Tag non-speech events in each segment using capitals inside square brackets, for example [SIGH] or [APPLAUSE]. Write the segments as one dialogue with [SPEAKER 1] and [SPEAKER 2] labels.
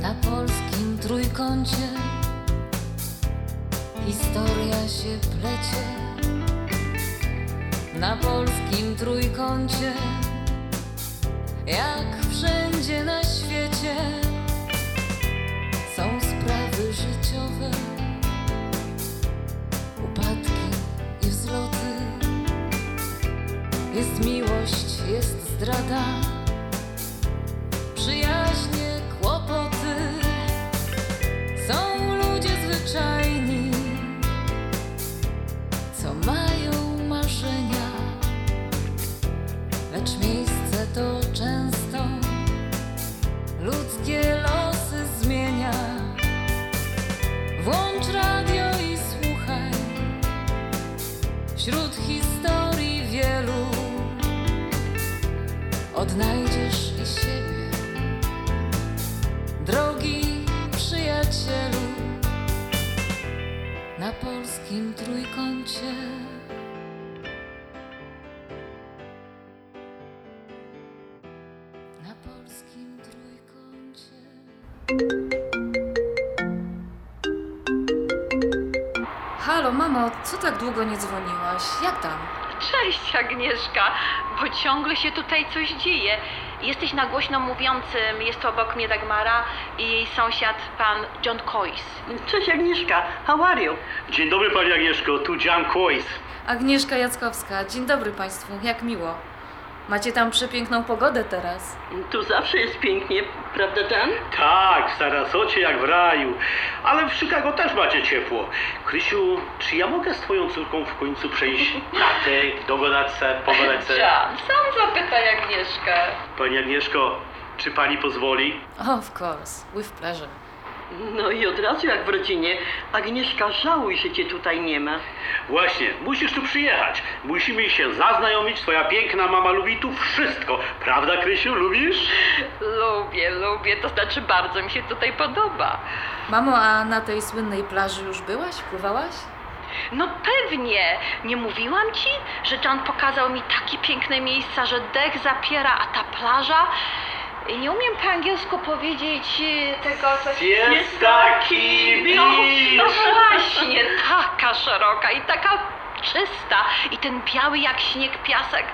[SPEAKER 1] na polskim trójkącie historia się plecie. Na polskim trójkącie, jak wszędzie na świecie, są sprawy życiowe, upadki i wzloty. Jest miłość, jest zdrada przyjaźnie, kłopoty. Są ludzie zwyczajni, co mają marzenia, lecz miejsce to często ludzkie losy zmienia. Włącz radio i słuchaj wśród historii wielu. Odnajdziesz i siebie. Drogi przyjacielu, na polskim trójkącie. Na polskim trójkącie.
[SPEAKER 2] Halo, mamo, co tak długo nie dzwoniłaś? Jak tam?
[SPEAKER 3] Cześć Agnieszka, bo ciągle się tutaj coś dzieje. Jesteś na głośno mówiącym, jest obok mnie Dagmara i jej sąsiad pan John Coyce.
[SPEAKER 4] Cześć Agnieszka, how are you?
[SPEAKER 5] Dzień dobry Pani Agnieszko, tu Jan Kłois.
[SPEAKER 2] Agnieszka Jackowska, dzień dobry Państwu, jak miło. Macie tam przepiękną pogodę teraz.
[SPEAKER 5] Mm.
[SPEAKER 4] Tu zawsze jest pięknie, prawda Dan?
[SPEAKER 5] Tak, w Sarasocie jak w raju, ale w Chicago też macie ciepło. Krysiu, czy ja mogę z Twoją córką w końcu
[SPEAKER 4] [LAUGHS]
[SPEAKER 5] przejść na ty, dogadać se, pogadać se?
[SPEAKER 3] John, sam zapytaj Agnieszka.
[SPEAKER 5] Pani Agnieszko, czy Pani pozwoli?
[SPEAKER 2] Of course, with pleasure.
[SPEAKER 4] No i od razu jak w rodzinie. Agnieszka, żałuj, że cię tutaj nie ma.
[SPEAKER 5] Właśnie, musisz tu przyjechać. Musimy się zaznajomić, Twoja piękna mama lubi tu wszystko. Prawda Krysiu, lubisz?
[SPEAKER 3] Lubię, lubię, to znaczy bardzo mi się tutaj podoba.
[SPEAKER 2] Mamo, a na tej słynnej plaży już byłaś? Pływałaś?
[SPEAKER 3] No pewnie, nie mówiłam ci, że John pokazał mi takie piękne miejsca, że dech zapiera, a ta plaża... Nie umiem po angielsku powiedzieć y, tego, co...
[SPEAKER 5] Jest taki
[SPEAKER 3] No, no właśnie, taka szeroka i taka czysta i ten biały jak śnieg piasek.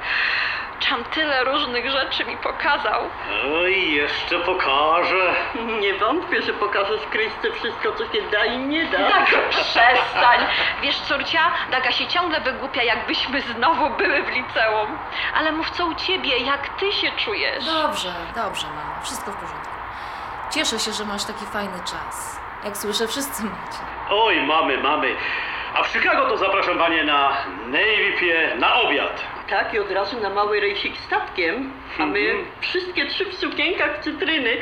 [SPEAKER 3] Czam tyle różnych rzeczy mi pokazał.
[SPEAKER 5] Oj, No jeszcze pokażę.
[SPEAKER 4] [LAUGHS] Nie wątpię, że pokażesz Kryśce wszystko, co się da i nie da.
[SPEAKER 3] Daga, Tak, przestań. Wiesz, córcia, Daga się ciągle wygłupia, jakbyśmy znowu były w liceum. Ale mów co u ciebie, jak ty się czujesz?
[SPEAKER 2] Dobrze, dobrze, mamo, wszystko w porządku. Cieszę się, że masz taki fajny czas. Jak słyszę, wszyscy macie.
[SPEAKER 5] Oj, mamy, mamy. A w Chicago to zapraszam Panie na Navy Pier na obiad.
[SPEAKER 4] Tak, i od razu na mały rejsik statkiem, a my
[SPEAKER 5] Mhm.
[SPEAKER 4] wszystkie trzy w sukienkach cytryny,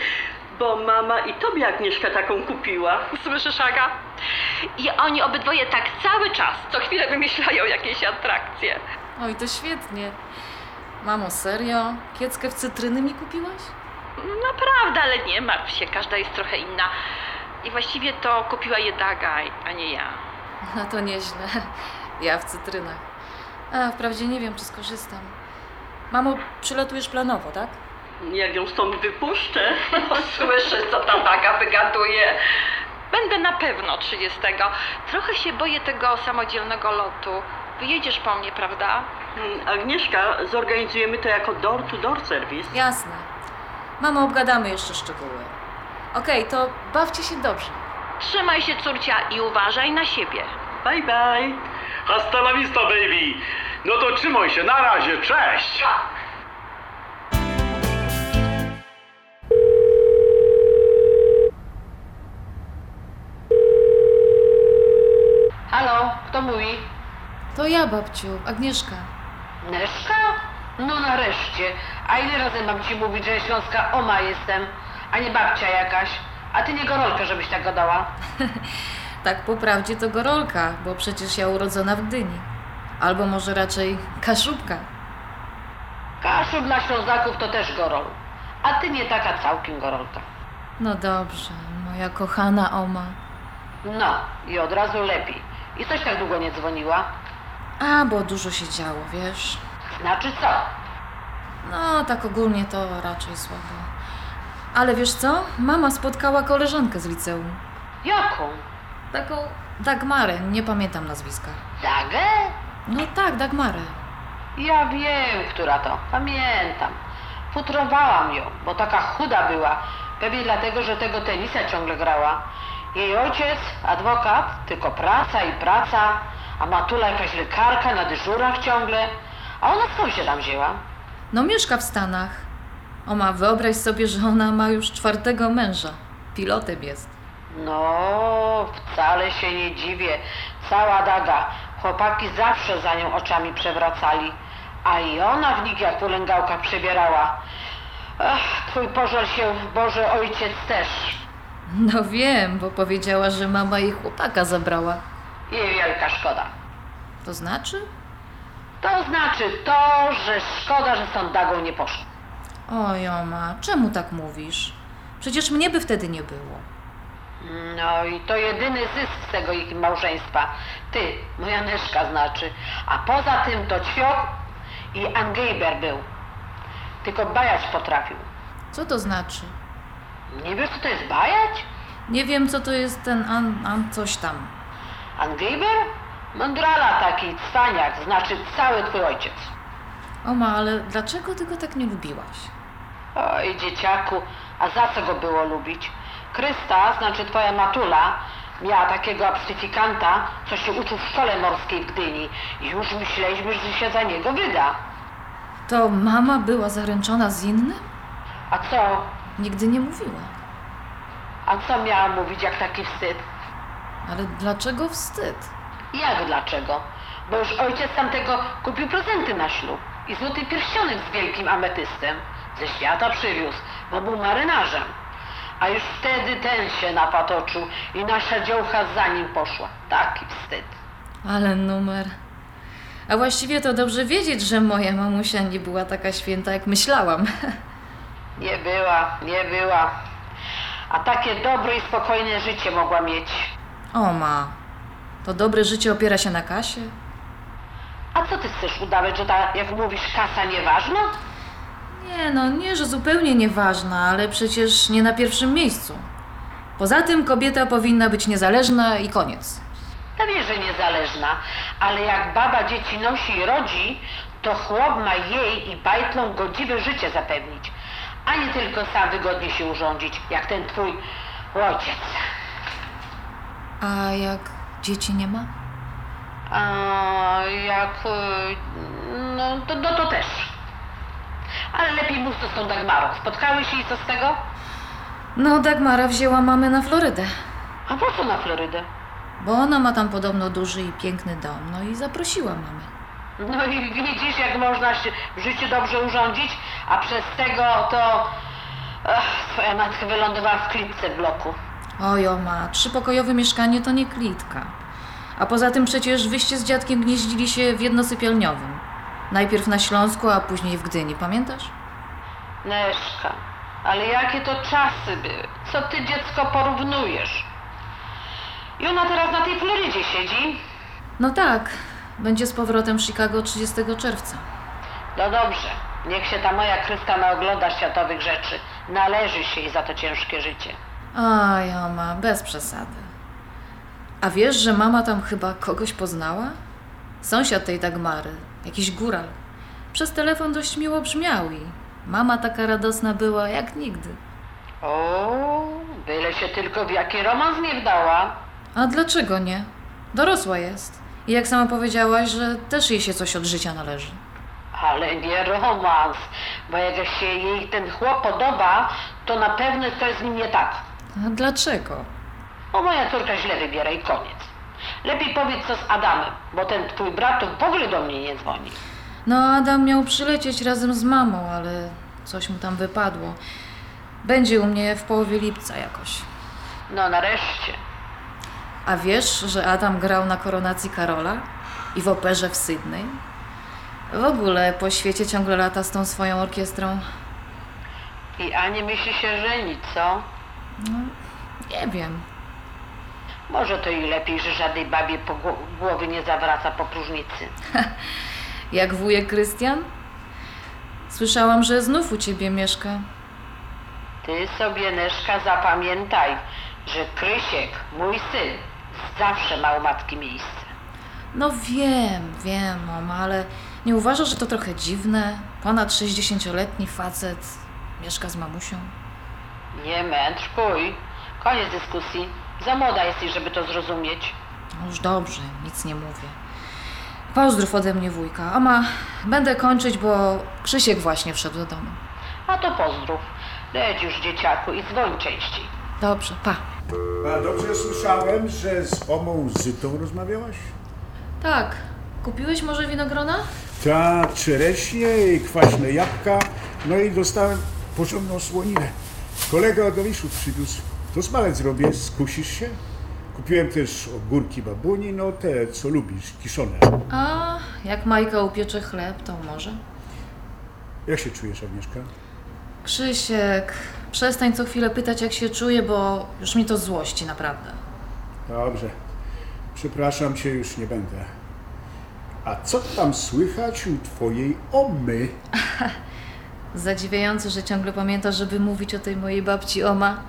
[SPEAKER 4] bo mama i tobie Agnieszka taką kupiła.
[SPEAKER 3] Słyszysz, Aga? I oni obydwoje tak cały czas, co chwilę wymyślają jakieś atrakcje.
[SPEAKER 2] Oj, to świetnie. Mamo, serio? Kieckę w cytryny mi kupiłaś? [LAUGHS]
[SPEAKER 3] Naprawdę, ale nie martw się, każda jest trochę inna. I właściwie to kupiła je Daga, a nie ja.
[SPEAKER 2] No to nieźle. [LAUGHS] Ja w cytrynach. A wprawdzie nie wiem, czy skorzystam. Mamo, przylatujesz planowo, tak?
[SPEAKER 4] Jak ją stąd
[SPEAKER 3] [LAUGHS]
[SPEAKER 4] wypuszczę.
[SPEAKER 3] Słyszę, co ta Daga wygaduje. Będę na pewno 30. Trochę się boję tego samodzielnego lotu. Wyjedziesz po mnie, prawda?
[SPEAKER 4] Mm, Agnieszka, zorganizujemy to jako door-to-door serwis.
[SPEAKER 2] Jasne. Mamo, obgadamy jeszcze szczegóły. Okej, to bawcie się dobrze.
[SPEAKER 3] Trzymaj się, córcia, i uważaj na siebie.
[SPEAKER 4] Bye bye.
[SPEAKER 5] Hasta la vista, baby. No to trzymaj się, na razie, cześć.
[SPEAKER 6] Halo, kto mówi?
[SPEAKER 2] To ja, babciu, Agnieszka.
[SPEAKER 6] Neszka? No nareszcie. A ile razy mam ci mówić, że ja śląska oma jestem, a nie babcia jakaś? A ty nie gorolka, żebyś tak gadała.
[SPEAKER 2] Tak po prawdzie to Gorolka, bo przecież ja urodzona w Gdyni. Albo może raczej Kaszubka.
[SPEAKER 6] Kaszub dla Ślązaków to też gorol. A ty nie taka całkiem gorolka.
[SPEAKER 2] No dobrze, moja kochana Oma.
[SPEAKER 6] No, i od razu lepiej. I coś tak długo nie dzwoniła.
[SPEAKER 2] A, bo dużo się działo, wiesz?
[SPEAKER 6] Znaczy co?
[SPEAKER 2] No, tak ogólnie to raczej słabo. Ale wiesz co? Mama spotkała koleżankę z liceum.
[SPEAKER 6] Jaką?
[SPEAKER 2] Taką Dagmarę, nie pamiętam nazwiska.
[SPEAKER 6] Dagę?
[SPEAKER 2] No tak, Dagmarę.
[SPEAKER 6] Ja wiem, która to. Pamiętam. Futrowałam ją, bo taka chuda była. Pewnie dlatego, że tego tenisa ciągle grała. Jej ojciec, adwokat, tylko praca i praca, a matula jakaś lekarka na dyżurach ciągle. A ona skąd się tam wzięła?
[SPEAKER 2] No mieszka w Stanach. O ma, wyobraź sobie, że ona ma już czwartego męża. Pilotem jest.
[SPEAKER 6] No, wcale się nie dziwię. Cała daga. Chłopaki zawsze za nią oczami przewracali. A i ona w nich jak polęgałka przebierała. Ach, twój pożar się, Boże, ojciec też.
[SPEAKER 2] No wiem, bo powiedziała, że mama jej chłopaka zabrała.
[SPEAKER 6] Jej wielka szkoda.
[SPEAKER 2] To znaczy?
[SPEAKER 6] To znaczy to, że szkoda, że z tą dagą nie poszła.
[SPEAKER 2] Oj, Oma, czemu tak mówisz? Przecież mnie by wtedy nie było.
[SPEAKER 6] No i to jedyny zysk z tego ich małżeństwa. Ty, moja Nyszka znaczy. A poza tym to Ćwiok i Angejber był. Tylko bajać potrafił.
[SPEAKER 2] Co to znaczy?
[SPEAKER 6] Nie wiesz, co to jest bajać?
[SPEAKER 2] Nie wiem, co to jest ten an, an coś tam.
[SPEAKER 6] Angejber? Mądrala taki, cwaniak, znaczy cały twój ojciec.
[SPEAKER 2] Oma, ale dlaczego ty go tak nie lubiłaś?
[SPEAKER 6] Oj, dzieciaku, a za co go było lubić? Krysta, znaczy twoja matula, miała takiego abstyfikanta, co się uczył w szkole morskiej w Gdyni. I już myśleliśmy, że się za niego wyda.
[SPEAKER 2] To mama była zaręczona z innym?
[SPEAKER 6] A co,
[SPEAKER 2] Nigdy nie mówiła.
[SPEAKER 6] a co miała mówić, jak taki wstyd?
[SPEAKER 2] Ale dlaczego wstyd?
[SPEAKER 6] Jak dlaczego? Bo już ojciec tamtego kupił prezenty na ślub i złoty pierścionek z wielkim ametystem. Ze świata przywiózł, bo był marynarzem. A już wtedy ten się napatoczył i nasza dziołcha za nim poszła. Taki wstyd.
[SPEAKER 2] Ale numer. A właściwie to dobrze wiedzieć, że moja mamusia nie była taka święta, jak myślałam. [LAUGHS]
[SPEAKER 6] Nie była, nie była. A takie dobre i spokojne życie mogła mieć.
[SPEAKER 2] Oma, to dobre życie opiera się na kasie?
[SPEAKER 6] A co ty chcesz udawać, że ta, jak mówisz, kasa nieważna?
[SPEAKER 2] Nie no, nie, że zupełnie nieważna, ale przecież nie na pierwszym miejscu. Poza tym kobieta powinna być niezależna i koniec.
[SPEAKER 6] Pewnie, że niezależna, ale jak baba dzieci nosi i rodzi, to chłop ma jej i bajtlą godziwe życie zapewnić, a nie tylko sam wygodnie się urządzić, jak ten twój ojciec.
[SPEAKER 2] A jak dzieci nie ma?
[SPEAKER 6] A jak... y, no to, no to też. Ale lepiej mów to z tą Dagmarą. Spotkały się i co z tego?
[SPEAKER 2] No, Dagmara wzięła mamę na Florydę,
[SPEAKER 6] A po co na Florydę?
[SPEAKER 2] bo ona ma tam podobno duży i piękny dom, no i zaprosiła mamę.
[SPEAKER 6] No i widzisz, jak można się w życiu dobrze urządzić, a przez tego to... Ach, twoja matka wylądowała w klipce w bloku.
[SPEAKER 2] Oj, oma, trzypokojowe mieszkanie to nie klitka. A poza tym przecież wyście z dziadkiem gnieździli się w jednosypialniowym. Najpierw na Śląsku, a później w Gdyni, pamiętasz?
[SPEAKER 6] Neszka, ale jakie to czasy były? Co ty dziecko porównujesz? I ona teraz na tej Florydzie siedzi.
[SPEAKER 2] No tak, będzie z powrotem w Chicago 30 czerwca.
[SPEAKER 6] No dobrze, niech się ta moja Krysta naogląda światowych rzeczy. Należy się jej za to ciężkie życie.
[SPEAKER 2] Oj, oma, bez przesady. A wiesz, że mama tam chyba kogoś poznała? Sąsiad tej Dagmary, jakiś góral. Przez telefon dość miło brzmiał i mama taka radosna była jak nigdy.
[SPEAKER 6] O, byle się tylko w jaki romans nie wdała.
[SPEAKER 2] A dlaczego nie? Dorosła jest. I jak sama powiedziałaś, że też jej się coś od życia należy.
[SPEAKER 6] Ale nie romans, bo jak się jej ten chłop podoba, to na pewno coś z nim nie tak.
[SPEAKER 2] A dlaczego?
[SPEAKER 6] O, moja córka źle wybiera i koniec. Lepiej powiedz co z Adamem, bo ten twój brat to w ogóle do mnie nie dzwoni.
[SPEAKER 2] No, Adam miał przylecieć razem z mamą, ale coś mu tam wypadło. Będzie u mnie w połowie lipca jakoś.
[SPEAKER 6] No nareszcie.
[SPEAKER 2] A wiesz, że Adam grał na koronacji Karola i w operze w Sydney? W ogóle po świecie ciągle lata z tą swoją orkiestrą.
[SPEAKER 6] I Ani myśli się żenić, co?
[SPEAKER 2] No, Nie wiem.
[SPEAKER 6] Może to i lepiej, że żadnej babie po gło- głowy nie zawraca po próżnicy.
[SPEAKER 2] Jak wujek Krystian? Słyszałam, że znów u ciebie mieszka.
[SPEAKER 6] Ty sobie, Neszka, zapamiętaj, że Krysiek, mój syn, zawsze ma u matki miejsce.
[SPEAKER 2] No wiem, wiem, mama, ale nie uważasz, że to trochę dziwne? Ponad 60-letni facet mieszka z mamusią.
[SPEAKER 6] Nie mędrkuj. Koniec dyskusji. Za młoda jesteś, żeby to zrozumieć.
[SPEAKER 2] No już dobrze, nic nie mówię. Pozdrów ode mnie wujka. Oma, będę kończyć, bo Krzysiek właśnie wszedł do domu.
[SPEAKER 6] A to pozdrów. Leć już, dzieciaku, i dzwoń częściej.
[SPEAKER 2] Dobrze, pa.
[SPEAKER 7] A dobrze słyszałem, że z omą Zytą rozmawiałaś?
[SPEAKER 2] Tak, kupiłeś może winogrona?
[SPEAKER 7] Ta czereśnie i kwaśne jabłka, no i dostałem porządną słoninę. Kolega od Oliszu przywiózł. To smalec robię, skusisz się? Kupiłem też ogórki babuni, no te co lubisz, kiszone.
[SPEAKER 2] A jak Majka upiecze chleb, to może.
[SPEAKER 7] Jak się czujesz, Agnieszka?
[SPEAKER 2] Krzysiek, przestań co chwilę pytać, jak się czuję, bo już mi to złości, naprawdę.
[SPEAKER 7] Dobrze. Przepraszam cię, już nie będę. A co tam słychać u twojej omy?
[SPEAKER 2] Zadziwiające, że ciągle pamiętasz, żeby mówić o tej mojej babci Oma.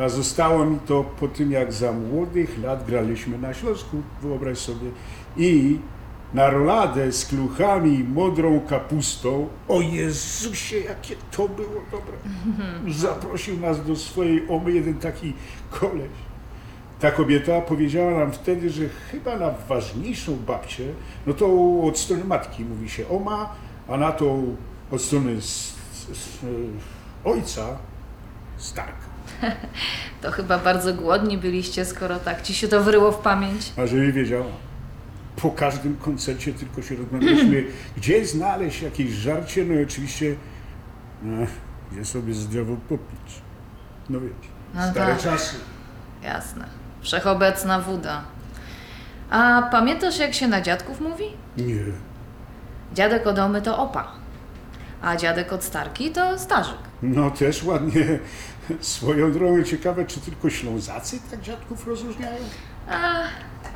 [SPEAKER 7] A zostało mi to po tym, jak za młodych lat graliśmy na Śląsku, wyobraź sobie, i na roladę z kluchami i modrą kapustą, o Jezusie, jakie to było dobre, zaprosił nas do swojej omy jeden taki koleś. Ta kobieta powiedziała nam wtedy, że chyba na ważniejszą babcię, no to od strony matki mówi się oma, a na tą od strony s- s- e, ojca Stark.
[SPEAKER 2] To chyba bardzo głodni byliście, skoro tak ci się to wryło w pamięć.
[SPEAKER 7] A żeby wiedziała. Po każdym koncercie tylko się rozmawialiśmy, [CLEARS THROAT] gdzie znaleźć jakieś żarcie, no i oczywiście no, gdzie sobie zdrowo popić. No wiecie,
[SPEAKER 2] No
[SPEAKER 7] stare
[SPEAKER 2] tak.
[SPEAKER 7] czasy.
[SPEAKER 2] Jasne. Wszechobecna woda. A pamiętasz, jak się na dziadków mówi?
[SPEAKER 7] Nie,
[SPEAKER 2] Dziadek od Omy to opa, a dziadek od Starki to starzyk.
[SPEAKER 7] no też ładnie. Swoją drogą ciekawe, czy tylko Ślązacy tak dziadków rozróżniają?
[SPEAKER 2] A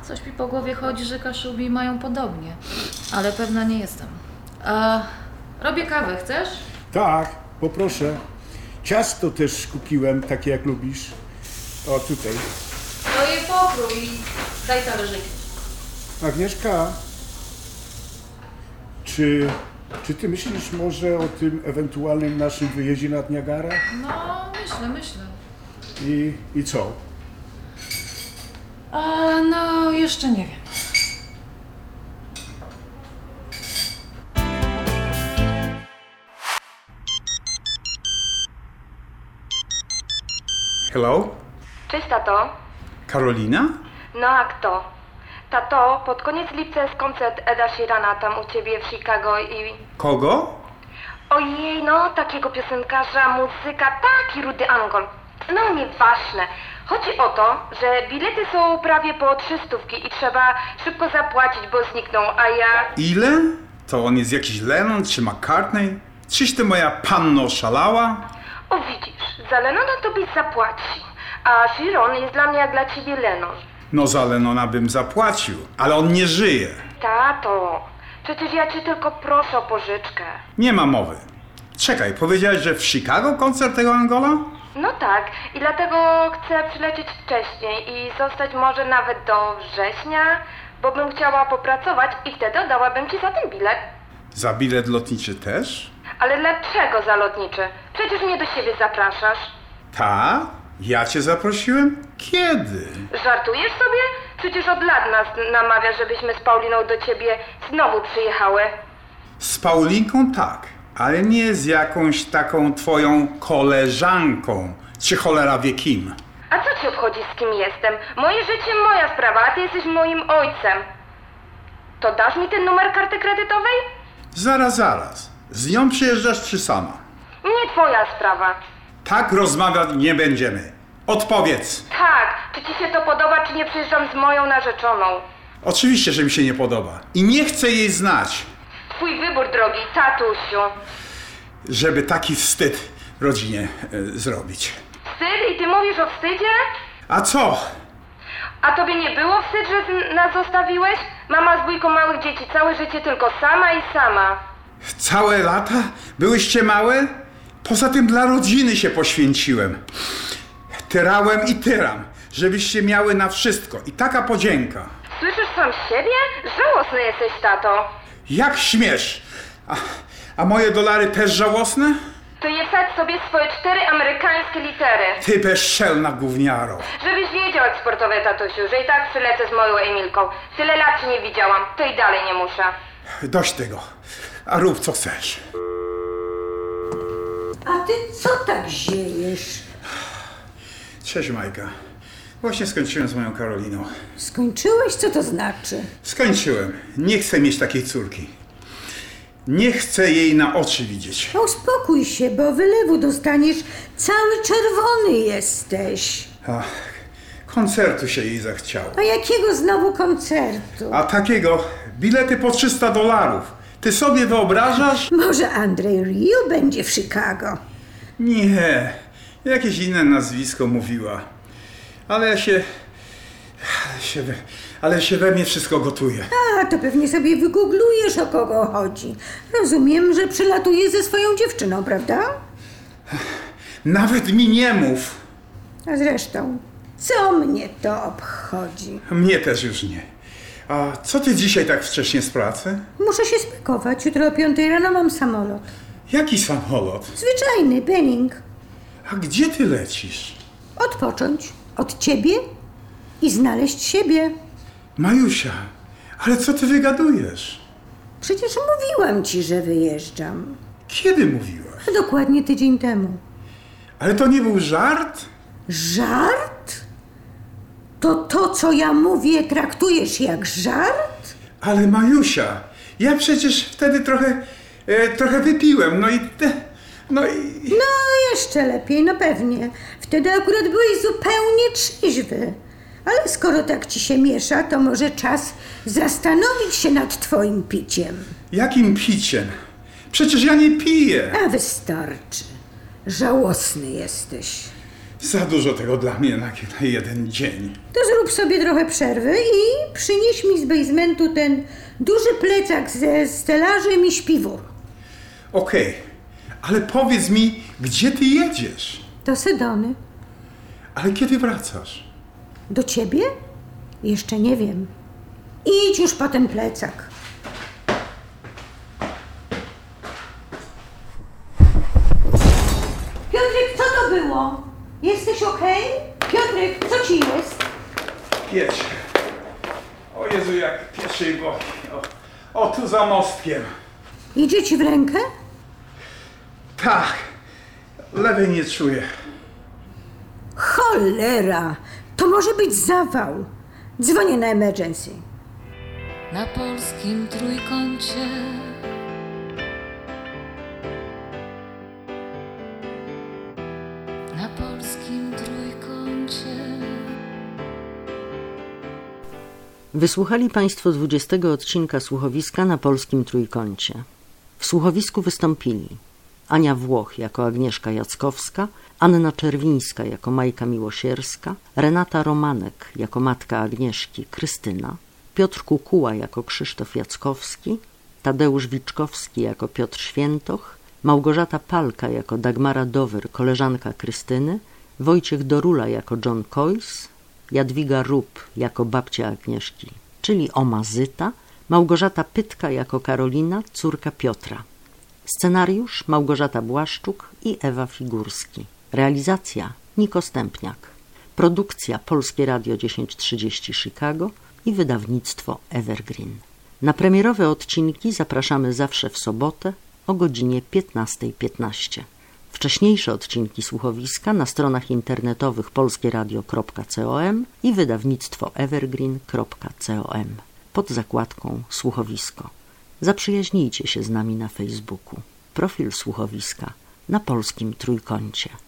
[SPEAKER 2] coś mi po głowie chodzi, że kaszubi mają podobnie, ale pewna nie jestem. A, robię kawę, chcesz?
[SPEAKER 7] Tak, poproszę. Ciasto też kupiłem, takie jak lubisz. O, tutaj.
[SPEAKER 2] To jej pokrój No i daj talerzyki.
[SPEAKER 7] Agnieszka, czy, czy ty myślisz może o tym ewentualnym naszym wyjeździe nad Niagara?
[SPEAKER 2] No, myślę, myślę.
[SPEAKER 7] I, i co?
[SPEAKER 2] A, no, jeszcze nie wiem.
[SPEAKER 8] [LAUGHS] Hello?
[SPEAKER 9] Cześć tato.
[SPEAKER 8] Karolina?
[SPEAKER 9] No a kto? Tato, pod koniec lipca jest koncert Eda Sheerana tam u ciebie w Chicago i...
[SPEAKER 8] Kogo?
[SPEAKER 9] Ojej, no takiego piosenkarza, muzyka, taki rudy angol. No nieważne. Chodzi o to, że bilety są prawie po trzystówki i trzeba szybko zapłacić, bo znikną, a ja...
[SPEAKER 8] Ile? To on jest jakiś Lennon czy McCartney? Czyś ty moja panno szalała?
[SPEAKER 9] O widzisz, za Lenona tobie zapłaci, a Sheeran jest dla mnie jak dla ciebie Lennon.
[SPEAKER 8] No za Lennona bym zapłacił, ale on nie żyje.
[SPEAKER 9] Tato, przecież ja cię tylko proszę o pożyczkę.
[SPEAKER 8] Nie ma mowy. Czekaj, powiedziałeś, że w Chicago koncert tego Angola?
[SPEAKER 9] No tak, i dlatego chcę przylecieć wcześniej i zostać może nawet do września, bo bym chciała popracować i wtedy oddałabym ci za ten bilet.
[SPEAKER 8] Za bilet lotniczy też?
[SPEAKER 9] Ale dlaczego zalotniczy? Przecież mnie do siebie zapraszasz.
[SPEAKER 8] Ta? Tak? Ja cię zaprosiłem? Kiedy?
[SPEAKER 9] Żartujesz sobie? Przecież od lat nas namawia, żebyśmy z Pauliną do ciebie znowu przyjechały.
[SPEAKER 8] Z Paulinką tak, ale nie z jakąś taką twoją koleżanką, czy cholera wie kim.
[SPEAKER 9] A co ci obchodzi z kim jestem? Moje życie, moja sprawa, a ty jesteś moim ojcem. To dasz mi ten numer karty kredytowej?
[SPEAKER 8] Zaraz, zaraz. Z nią przyjeżdżasz czy sama?
[SPEAKER 9] Nie twoja sprawa.
[SPEAKER 8] Tak rozmawiać nie będziemy. Odpowiedz!
[SPEAKER 9] Tak, czy ci się to podoba, czy nie przyjeżdżam z moją narzeczoną?
[SPEAKER 8] Oczywiście, że mi się nie podoba. I nie chcę jej znać,
[SPEAKER 9] Twój wybór, drogi tatusiu.
[SPEAKER 8] żeby taki wstyd rodzinie e, zrobić.
[SPEAKER 9] Wstyd i ty mówisz o wstydzie?
[SPEAKER 8] A co?
[SPEAKER 9] A tobie nie było wstyd, że z- nas zostawiłeś? Mama z dwójką małych dzieci, całe życie tylko sama i sama.
[SPEAKER 8] Całe lata? Byłyście małe? Poza tym dla rodziny się poświęciłem. Tyrałem i tyram, żebyście miały na wszystko. I taka podzięka.
[SPEAKER 9] Słyszysz sam siebie? Żałosny jesteś, tato.
[SPEAKER 8] Jak śmiesz? A, a moje dolary też żałosne?
[SPEAKER 9] To je wsadź sobie swoje cztery amerykańskie litery.
[SPEAKER 8] Ty bezczelna gówniaro.
[SPEAKER 9] Żebyś wiedział, eksportowe tatusiu, że i tak przylecę z moją Emilką. Tyle lat cię nie widziałam, to i dalej nie muszę.
[SPEAKER 8] Dość tego. A rób co chcesz.
[SPEAKER 10] A ty co tak ziejesz?
[SPEAKER 8] Cześć Majka. Właśnie skończyłem z moją Karoliną.
[SPEAKER 10] Skończyłeś? Co to znaczy?
[SPEAKER 8] Skończyłem. Nie chcę mieć takiej córki. Nie chcę jej na oczy widzieć.
[SPEAKER 10] No uspokój się, bo wylewu dostaniesz. Cały czerwony jesteś.
[SPEAKER 8] Ach, koncertu się jej zachciało.
[SPEAKER 10] A jakiego znowu koncertu?
[SPEAKER 8] A takiego bilety po 300 dolarów. Ty sobie wyobrażasz?
[SPEAKER 10] Może Andrzej Riu będzie w Chicago.
[SPEAKER 8] Nie. Jakieś inne nazwisko mówiła. Ale ja się. Ale się, we, ale się we mnie wszystko gotuje.
[SPEAKER 10] A, to pewnie sobie wygooglujesz, o kogo chodzi. Rozumiem, że przylatuje ze swoją dziewczyną, prawda?
[SPEAKER 8] Nawet mi nie mów.
[SPEAKER 10] A zresztą, co mnie to obchodzi?
[SPEAKER 8] Mnie też już nie. A co ty dzisiaj tak wcześnie z pracy?
[SPEAKER 10] Muszę się spakować. Jutro o 5 rano mam samolot.
[SPEAKER 8] Jaki samolot?
[SPEAKER 10] Zwyczajny, Benning.
[SPEAKER 8] A gdzie ty lecisz?
[SPEAKER 10] Odpocząć od ciebie i znaleźć siebie.
[SPEAKER 8] Majusia, ale co ty wygadujesz?
[SPEAKER 10] Przecież mówiłam ci, że wyjeżdżam.
[SPEAKER 8] Kiedy mówiłaś?
[SPEAKER 10] A dokładnie tydzień temu.
[SPEAKER 8] Ale to nie był żart?
[SPEAKER 10] Żart? To to, co ja mówię, traktujesz jak żart?
[SPEAKER 8] Ale Majusia, ja przecież wtedy trochę, e, trochę wypiłem, no i te, no i...
[SPEAKER 10] No, jeszcze lepiej, no pewnie. Wtedy akurat byłeś zupełnie trzeźwy. Ale skoro tak ci się miesza, to może czas zastanowić się nad twoim piciem.
[SPEAKER 8] Jakim piciem? Przecież ja nie piję.
[SPEAKER 10] A wystarczy. Żałosny jesteś.
[SPEAKER 8] Za dużo tego dla mnie na, na jeden dzień.
[SPEAKER 10] To zrób sobie trochę przerwy i przynieś mi z basementu ten duży plecak ze stelażem i śpiwór.
[SPEAKER 8] Okej, ale powiedz mi, gdzie ty jedziesz?
[SPEAKER 10] Do Sedony.
[SPEAKER 8] Ale kiedy wracasz?
[SPEAKER 10] Do ciebie? Jeszcze nie wiem. Idź już po ten plecak. Piotrek, co to było? Jesteś okej? Piotrek, co ci jest?
[SPEAKER 8] Jedź. O Jezu, jak pieszyj go. O, o, tu za mostkiem.
[SPEAKER 10] Idzie ci w rękę?
[SPEAKER 8] Tak, lewej nie czuję.
[SPEAKER 10] Cholera! To może być zawał. Dzwonię na emergency.
[SPEAKER 1] na polskim trójkącie. Na polskim trójkącie.
[SPEAKER 11] Wysłuchali Państwo 20 odcinka słuchowiska na polskim trójkącie. W słuchowisku wystąpili Ania Włoch jako Agnieszka Jackowska, Anna Czerwińska jako Majka Miłosierska, Renata Romanek jako matka Agnieszki Krystyna, Piotr Kukuła jako Krzysztof Jackowski, Tadeusz Wiczkowski jako Piotr Świętoch, Małgorzata Palka jako Dagmara Dowyr, koleżanka Krystyny, Wojciech Dorula jako John Coyce, Jadwiga Rup jako babcia Agnieszki, czyli Omazyta, Małgorzata Pytka jako Karolina, córka Piotra. Scenariusz Małgorzata Błaszczuk i Ewa Figurski. Realizacja Niko Stępniak. Produkcja Polskie Radio 1030 Chicago i wydawnictwo Evergreen. Na premierowe odcinki zapraszamy zawsze w sobotę o godzinie 15.15. Wcześniejsze odcinki słuchowiska na stronach internetowych polskieradio.com i wydawnictwo evergreen.com pod zakładką Słuchowisko. Zaprzyjaźnijcie się z nami na Facebooku. Profil słuchowiska na polskim trójkącie.